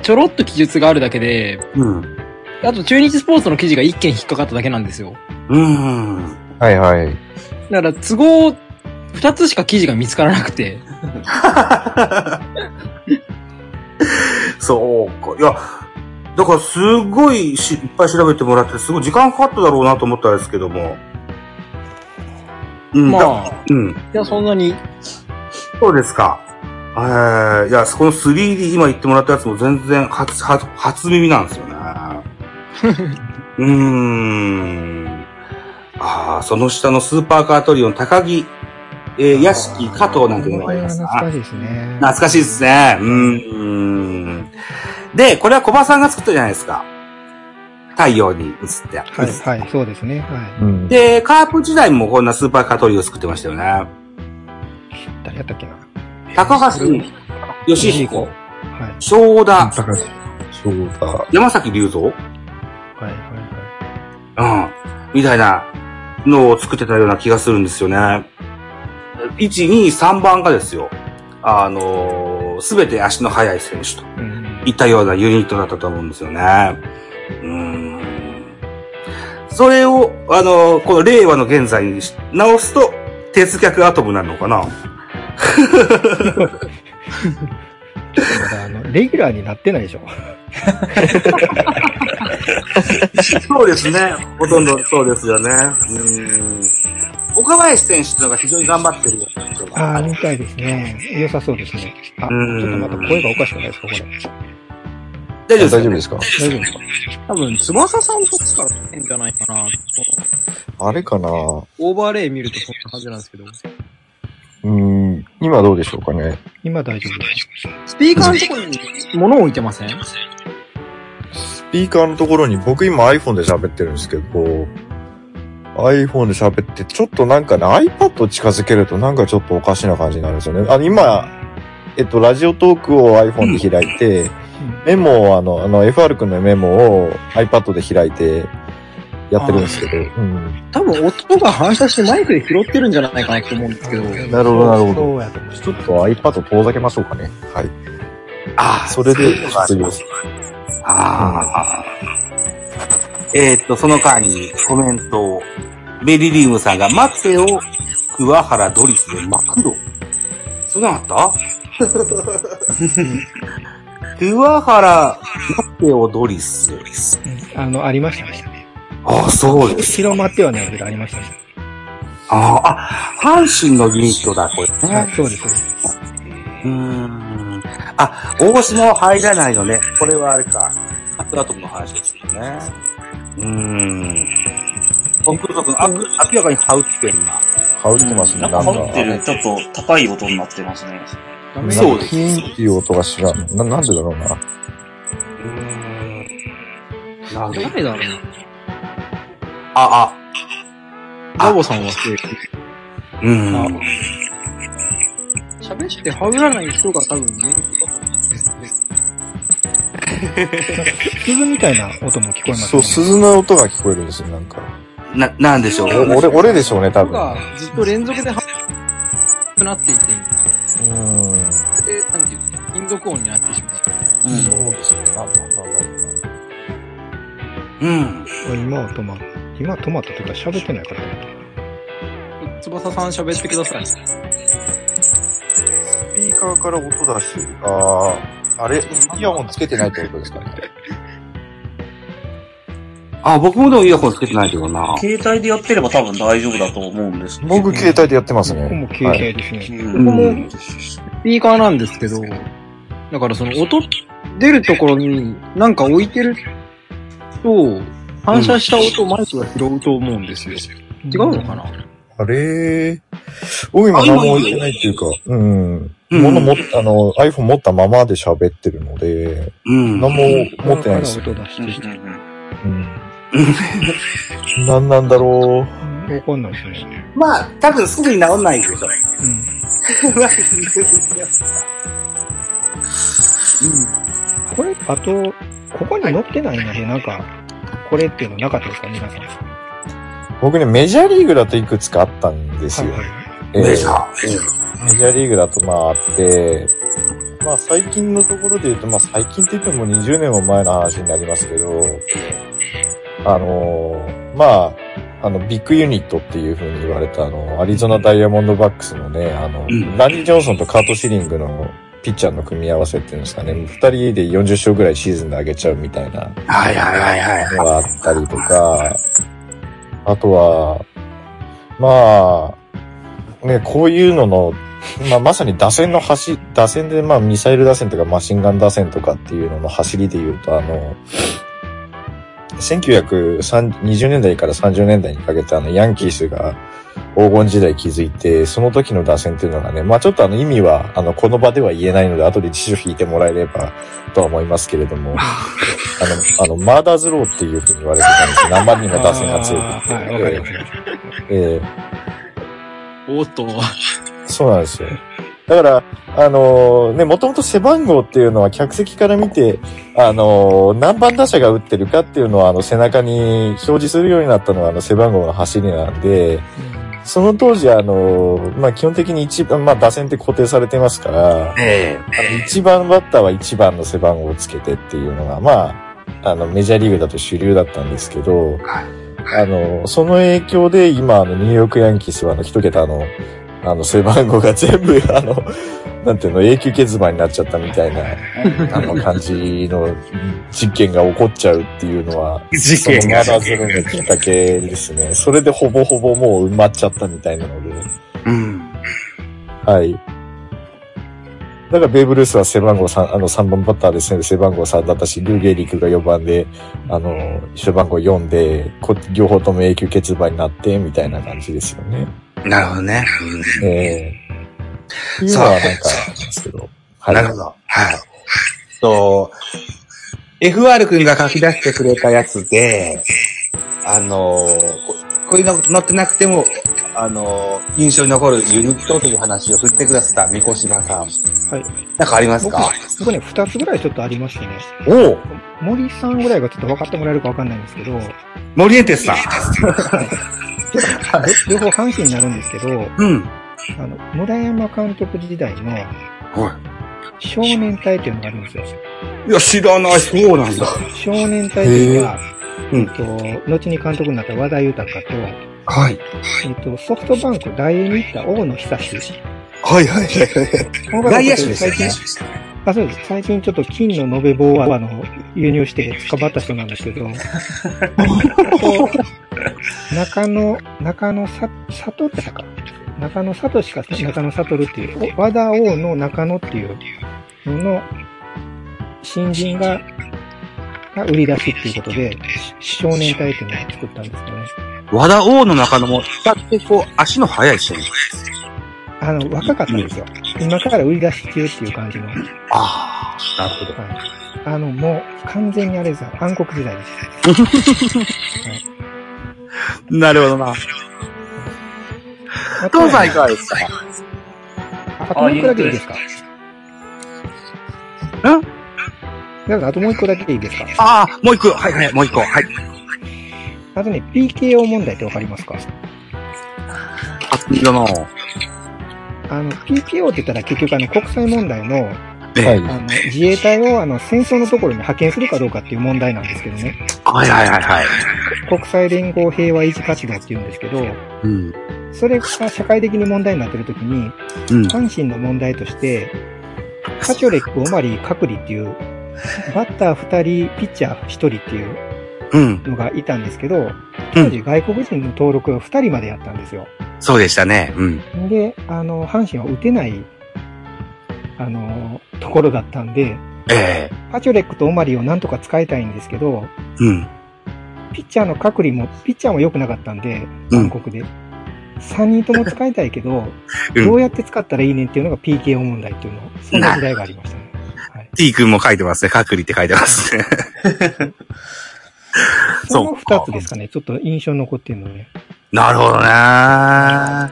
Speaker 5: ちょろっと記述があるだけで、
Speaker 7: うん。
Speaker 5: あと中日スポーツの記事が一件引っかかっただけなんですよ。
Speaker 7: うん。
Speaker 3: はいはい。
Speaker 5: だから都合二つしか記事が見つからなくて。
Speaker 7: そうか。いや、だからすごいしいっぱい調べてもらって、すごい時間かかっただろうなと思ったんですけども。うん、だ
Speaker 5: まあ、
Speaker 7: うん。
Speaker 5: いや、そんなに。
Speaker 7: そうですか。えー、いや、そこの 3D、今言ってもらったやつも全然初、初、初耳なんですよ
Speaker 8: <laughs>
Speaker 7: ね。うーん。ああ、その下のスーパーカートリオン、高木、ええー、屋敷、加藤なんていうのがあります
Speaker 8: これ
Speaker 7: な。
Speaker 8: は懐かしいですね。
Speaker 7: 懐かしいですね。うんうん。で、これは小葉さんが作ったじゃないですか。太陽に映って。
Speaker 8: はい、はい、そうですね。は
Speaker 3: うん。
Speaker 7: で、カープ時代もこんなスーパーカトリーを作ってましたよね。
Speaker 8: い。誰やったっけな。
Speaker 7: 高橋義彦、
Speaker 8: はい、
Speaker 7: 正田、
Speaker 3: 高橋翔太。
Speaker 7: 山崎隆三、うん、
Speaker 8: はい、は
Speaker 7: みたいなのを作ってたような気がするんですよね。1、2、3番がですよ、あのすべて足の速い選手と。
Speaker 8: い、はい。うん
Speaker 7: いったようなユニットだったと思うんですよね。うーん。それを、あの、この令和の現在にし直すと、鉄脚アトムなのかな
Speaker 8: まだあの、レギュラーになってないでしょ。
Speaker 7: そうですね。ほとんどそうですよね。うーん。岡林選手っていうのが非常に頑張ってるような人が
Speaker 8: ああ、みたいですね。良さそうですね。あ、ち
Speaker 7: うん
Speaker 8: ょっとまた声がおかしくないですか、これ。
Speaker 7: 大丈夫で
Speaker 3: 大
Speaker 7: す
Speaker 3: 丈
Speaker 7: か
Speaker 3: 夫ですか
Speaker 8: 大丈夫ですか
Speaker 6: 多分、翼さんそっちから撮ってんじゃないかな。
Speaker 3: あれかな
Speaker 6: オーバーレイ見るとそんな感じなんですけど。
Speaker 3: うん、今どうでしょうかね。
Speaker 8: 今大丈夫です。
Speaker 6: スピーカーのところに物を置いてません
Speaker 3: スピーカーのところに、僕今 iPhone で喋ってるんですけど、iPhone で喋って、ちょっとなんかね、iPad を近づけるとなんかちょっとおかしな感じになるんですよね。あの、今、えっと、ラジオトークを iPhone で開いて、メモを、あの、あの、FR 君のメモを iPad で開いて、やってるんですけど。うん。
Speaker 6: 多分、音が反射してマイクで拾ってるんじゃないかなと思うんですけど。
Speaker 3: なるほどなるほど
Speaker 8: そうやと思う
Speaker 3: ちょっと iPad 遠ざけましょうかね。はい。
Speaker 7: ああ、
Speaker 3: それで
Speaker 7: そういうことああ。えーっと、その間にコメントを、メリリウムさんが、待ってよ、桑原ドリスでマクロ。そんなのあった桑原、待ってよ、ドリス。
Speaker 8: うんあの、ありましたね。
Speaker 7: ああ、そうです。
Speaker 8: 広まってはないけど、ありましたね。
Speaker 7: ああ、あ、阪神のユニットだ、これね。
Speaker 8: はい、そうです、そうです。
Speaker 7: うーん。あ、大島は入らないのね。これはあれか。カツラトムの話ですよね。うーん。コンクルト君、あ明らかにハウってんな。
Speaker 3: 羽織ってますね、
Speaker 1: <laughs> な
Speaker 3: なんん
Speaker 1: か
Speaker 3: だ。
Speaker 1: 羽織ってる、ちょっと高い音になってますね。
Speaker 7: そうです
Speaker 3: キーンっていう音が知らん。な、なんでだろう
Speaker 7: う
Speaker 3: な。
Speaker 7: ーん。なんで
Speaker 6: 誰だろうな。
Speaker 7: あ、
Speaker 6: ラボさんはそう
Speaker 7: あ、うーん。
Speaker 6: 喋ってはぐらない人が多分ね、
Speaker 8: 鈴みたいな音も聞こえます
Speaker 3: そ
Speaker 8: ね。
Speaker 3: う、鈴の音が聞こえるんですよ、なんか。
Speaker 7: な、なんでしょう。
Speaker 3: お俺、俺でしょうね、多
Speaker 6: 音
Speaker 3: 分。
Speaker 6: がずっと連続ではくなっていて、
Speaker 3: うん。
Speaker 6: で、なんていうんですか、金属音になってしまう。
Speaker 3: そうですね、なんなんだろうな。
Speaker 7: うん。
Speaker 8: 今は止まる。今止まったというか喋ってないからね。
Speaker 6: 翼さん喋ってください。
Speaker 3: スピーカーから音出してる。ああ、あれイヤホンつけてないってことですかね。
Speaker 7: あ、僕もでもイヤホンつけてないけどな。
Speaker 1: 携帯でやってれば多分大丈夫だと思うんですけど
Speaker 3: 僕、携帯でやってますね。
Speaker 8: ここも携
Speaker 3: はい
Speaker 8: 帯ですね。
Speaker 1: う
Speaker 6: こ
Speaker 1: ん
Speaker 6: こもスピーカーなんですけど、だからその音出るところになんか置いてると、反射した音をマイクが拾うと思うんですよ。違うのかな
Speaker 3: あれー僕今何も置いてないっていうか、う
Speaker 7: う
Speaker 3: ん。
Speaker 7: ん
Speaker 3: 物持っあの、iPhone 持ったままで喋ってるので、
Speaker 7: うん。
Speaker 3: 何も持ってないですよ。
Speaker 8: 音出してきて。
Speaker 3: うん。何なんだろう。
Speaker 8: 怒んないですね。
Speaker 7: まあ、多分すぐに治んないでしょ。
Speaker 8: うん。
Speaker 7: うん。
Speaker 8: これ、あと、ここに載ってないので、なんか、これっていうのなかったですか皆さん。は
Speaker 3: 僕ね、メジャーリーグだといくつかあったんです
Speaker 8: い
Speaker 3: よ。
Speaker 8: は
Speaker 3: えー
Speaker 7: メジャー。
Speaker 3: メジャーリーグだとまああって、まあ最近のところで言うと、まあ最近って言っても20年も前の話になりますけど、あのーまあ、あの、ビッグユニットっていう風に言われた、あの、アリゾナダイヤモンドバックスのね、あの、
Speaker 7: ん
Speaker 3: ランディ・ジョンソンとカート・シリングのピッチャーの組み合わせっていうんですかね、二人で40勝ぐらいシーズンで上げちゃうみたいな
Speaker 7: <laughs> はいはいはいはい。
Speaker 3: のがあったりとか、あとは、まあ、ね、こういうのの、まあ、まさに打線の走、打線で、まあ、ミサイル打線とかマシンガン打線とかっていうのの走りで言うと、あの、1920年代から30年代にかけて、あの、ヤンキースが、黄金時代築いて、その時の打線っていうのがね、まあちょっとあの意味は、あの、この場では言えないので、後で辞書引いてもらえればとは思いますけれ
Speaker 7: <laughs>
Speaker 3: ども、あの、あの、マーダーズローっていうふうに言われてたんですよ。何番にも打線が強くて。
Speaker 5: あーはいわかりました
Speaker 3: えーえー
Speaker 5: おっと。
Speaker 3: そうなんですよ。だから、あのーね、もともと背番号っていうのは客席から見て、あのー何番打者が打ってるかっていうのは、あの、背中に表示するようになったのは、あの、背番号の走りなんで、その当時、あのーまあ、基本的に一番、まあ、打線って固定されてますから、
Speaker 7: え
Speaker 3: あの一番バッターは一番の背番号をつけてっていうのが、まあ、あの、メジャーリーグだと主流だったんですけど、あの、その影響で今、あの、ニューヨークヤンキースは、あの、一桁の、あの、背番号が全部、あの、なんていうの、永久欠番になっちゃったみたいな、あの、感じの実験が起こっちゃうっていうのは、
Speaker 7: え。
Speaker 3: そのマダーズルーのきっかけですね。それでほぼほぼもう埋まっちゃったみたいなので、
Speaker 7: うん。
Speaker 3: はい。だからベーブ・ルースは背番号3、あの3番バッターですね、背番号3だったし、ルー・ゲリックが4番で、あの、背番号4で、こ両方とも永久欠番になって、みたいな感じですよね。
Speaker 7: なるほどね。
Speaker 3: ええ
Speaker 7: そ
Speaker 3: さ
Speaker 7: う
Speaker 3: あ、なんか、ですけど。
Speaker 7: う
Speaker 3: はい。
Speaker 7: ん。なるほど。はい。と、FR 君が書き出してくれたやつで、あの、ここういうの載ってなくても、あの、印象に残るユニットという話を振ってくださった三越島さん。
Speaker 8: はい。
Speaker 7: なんかあります
Speaker 8: 僕
Speaker 7: か
Speaker 8: 僕ね、二つぐらいちょっとありましてね。
Speaker 3: おう
Speaker 8: 森さんぐらいがちょっと分かってもらえるか分かんないんですけど、
Speaker 7: モリエンテスさん。
Speaker 8: 両方阪神になるんですけど、
Speaker 7: うん。
Speaker 8: あの、村山監督時代の
Speaker 7: は
Speaker 8: 少年隊というのがあるんですよ。
Speaker 7: い。いや、知らない。そうなんだ。
Speaker 8: 少年隊というの
Speaker 7: へ
Speaker 8: は、
Speaker 7: ーうん
Speaker 8: えっと、後に監督になった和田豊と、え
Speaker 7: はい。
Speaker 8: っと、ソフトバンク大英に行った大野久志。
Speaker 7: はいはいはい。
Speaker 8: 大
Speaker 7: 外野手ですよ
Speaker 8: 最近
Speaker 7: ね。、
Speaker 8: あ、そうです。最近ちょっと金の延べ棒をあの輸入して捕まった人なんですけど、中野、中野さ、里ってたか中野里しか、中野悟っていう、和田王の中野っていうのの新人が、が売り出しっていうことで、し少年隊っていうのを作ったんですよね。
Speaker 7: 和田王の中野も、比較的こう、足の速い選手。
Speaker 8: あの、若かったんですよ。今から売り出し中っていう感じの。はい。
Speaker 7: ああ、なるほど。
Speaker 8: あの、もう完全にあれですよ。暗黒時代です。
Speaker 7: なるほどな。
Speaker 8: あとは
Speaker 7: 東西いかがですか
Speaker 8: あともう一個だけいいですか
Speaker 7: ん
Speaker 8: なんかあともう一個だけいいですか
Speaker 7: ああ、もう一個。はいはい、もう一個。はい。
Speaker 8: あとね、PKO 問題ってわかりますか
Speaker 7: あ、スピードの。
Speaker 8: あの、PKO って言ったら結局あの、国際問題の、
Speaker 7: ええ
Speaker 3: はい。
Speaker 8: あの、自衛隊をあの、戦争のところに派遣するかどうかっていう問題なんですけどね。
Speaker 7: はいはいはいはい。
Speaker 8: 国際連合平和維持活動って言うんですけど、
Speaker 7: うん。
Speaker 8: それが社会的に問題になってるときに、
Speaker 7: うん。
Speaker 8: 阪神の問題として、カチョレック、オマリー、カクリっていう、バッター2人、ピッチャー1人っていう、
Speaker 7: うん。
Speaker 8: のがいたんですけど、当時外国人の登録が2人までやったんですよ。
Speaker 7: そうでしたね。うん。
Speaker 8: で、あの、阪神は打てない、あの、ところだったんで、
Speaker 7: ええ
Speaker 8: パチョレックとオマリーをなんとか使いたいんですけど、
Speaker 7: うん。
Speaker 8: ピッチャーの隔離も、ピッチャーも良くなかったんで、
Speaker 7: うん
Speaker 8: 韓国で。3人とも使いたいけど、
Speaker 7: うん
Speaker 8: どうやって使ったらいいねんっていうのが PKO 問題っていうの、そんな時代がありましたね。はい
Speaker 7: T 君も書いてますね。隔離って書いてますね。
Speaker 8: その
Speaker 7: そうか
Speaker 8: 2つですかね、ちょっと印象に残ってるのね。
Speaker 7: <laughs> なるほどね。あ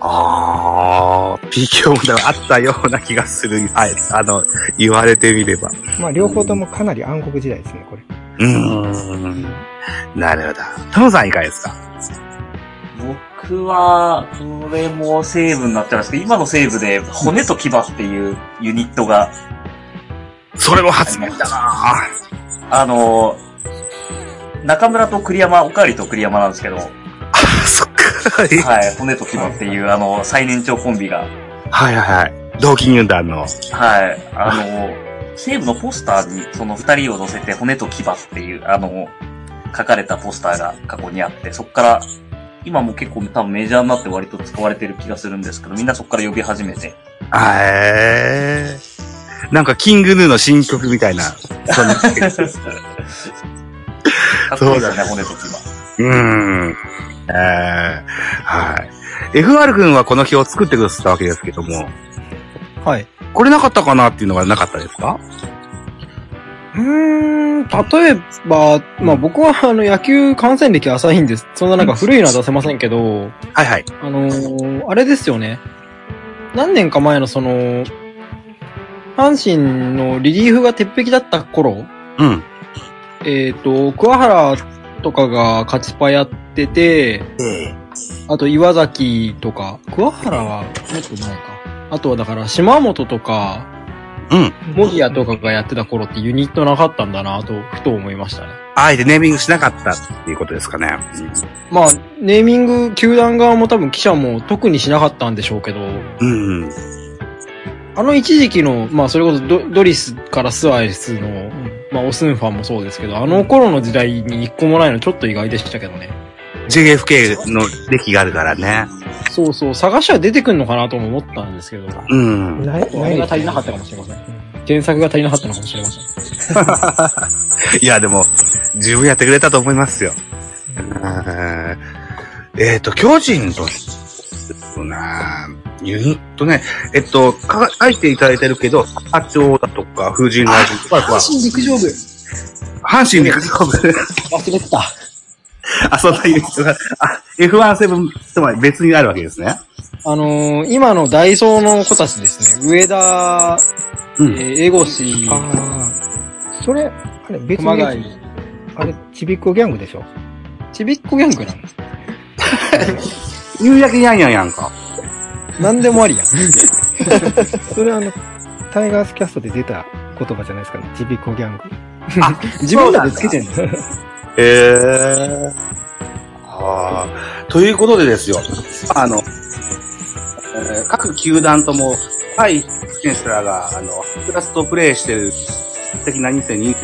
Speaker 7: あ、PKO 問題はあったような気がする。はい。あの、言われてみれば。
Speaker 8: まあ、両方ともかなり暗黒時代ですね、これ。
Speaker 7: うーん。なるほど。トムさんいかがですか
Speaker 1: 僕は、これも西武になってますけど、今の西武で骨と牙っていうユニットが、
Speaker 7: それも発明だな
Speaker 1: あの、中村と栗山、おかわりと栗山なんですけど、は
Speaker 7: あ <laughs> そっか。はい
Speaker 1: い、骨と牙っていう、あの、最年長コンビが、
Speaker 7: はいはい。同期入団の。
Speaker 1: はい、あの、西武のポスターにその二人を乗せて骨と牙っていう、あの、書かれたポスターが過去にあって、そっから、今も結構多分メジャーになって割と使われてる気がするんですけど、みんなそっから呼び始めて、
Speaker 7: ええなんか、キングヌーの新曲みたいな。そんな
Speaker 1: かっこいいですよね、骨と牙。
Speaker 7: うーん。ええはい。 FR 君はこの表を作ってくださったわけですけども、
Speaker 5: はい。
Speaker 7: これなかったかなっていうのがなかったですか
Speaker 5: うーん、例えば、まあ僕はあの野球観戦歴浅いんです。そんななんか古いのは出せませんけど、
Speaker 7: はいはい。
Speaker 5: あのーあれですよね。何年か前のその、阪神のリリーフが鉄壁だった頃、
Speaker 7: うん。
Speaker 5: えっ、と、桑原とかが勝ちパやってて、あと岩崎とか、桑原はもっと前か。あとはだから島本とか、
Speaker 7: うん。
Speaker 5: モギアとかがやってた頃ってユニットなかったんだなと、ふと思いましたね。
Speaker 7: あえてネーミングしなかったっていうことですかね。
Speaker 5: まあ、ネーミング、球団側も多分記者も特にしなかったんでしょうけど、
Speaker 7: うん。うん
Speaker 5: あの一時期の、まあそれこそドドリスからスアレスの、まあオスンファンもそうですけど、あの頃の時代に一個もないのちょっと意外でしたけどね。
Speaker 7: JFK の歴があるからね。
Speaker 5: そうそう、探しは出てくんのかなとも思ったんですけど、
Speaker 7: うん。
Speaker 8: ない、
Speaker 5: あれが足りなかったかもしれません。原作が足りなかったのかもしれま
Speaker 7: <laughs>
Speaker 5: せん。
Speaker 7: いや、でも、十分やってくれたと思いますよ。うんえっ、と、巨人と、そうなユニットね、えっと、か書いていただいてるけど、波長だとか、風神雷神とか、阪
Speaker 5: 神陸上部
Speaker 7: 神陸上部。 <laughs>
Speaker 5: 忘れてた。
Speaker 7: あ、そんなユニットが、あ、F17 とは別にあるわけですね。
Speaker 5: あのー今のダイソーの子たちですね。上田、
Speaker 7: う
Speaker 5: えー。江越、
Speaker 8: ああ。それ、あれ、別
Speaker 5: 熊
Speaker 8: に、
Speaker 5: 谷、
Speaker 8: あれ、ちびっこギャングでしょ
Speaker 5: ちびっこギャングなんです。
Speaker 7: 夕焼けやんやんやんか。
Speaker 5: なんでもありや <laughs> ん。
Speaker 8: それあの、タイガースキャストで出た言葉じゃないですかね。ちびっこギャング。
Speaker 5: 自分らでつけてんの
Speaker 7: へえ。ああ。ということでですよ、あの、えー各球団とも、対選手らが、あの、クラスとプレイしてる的な2 0 2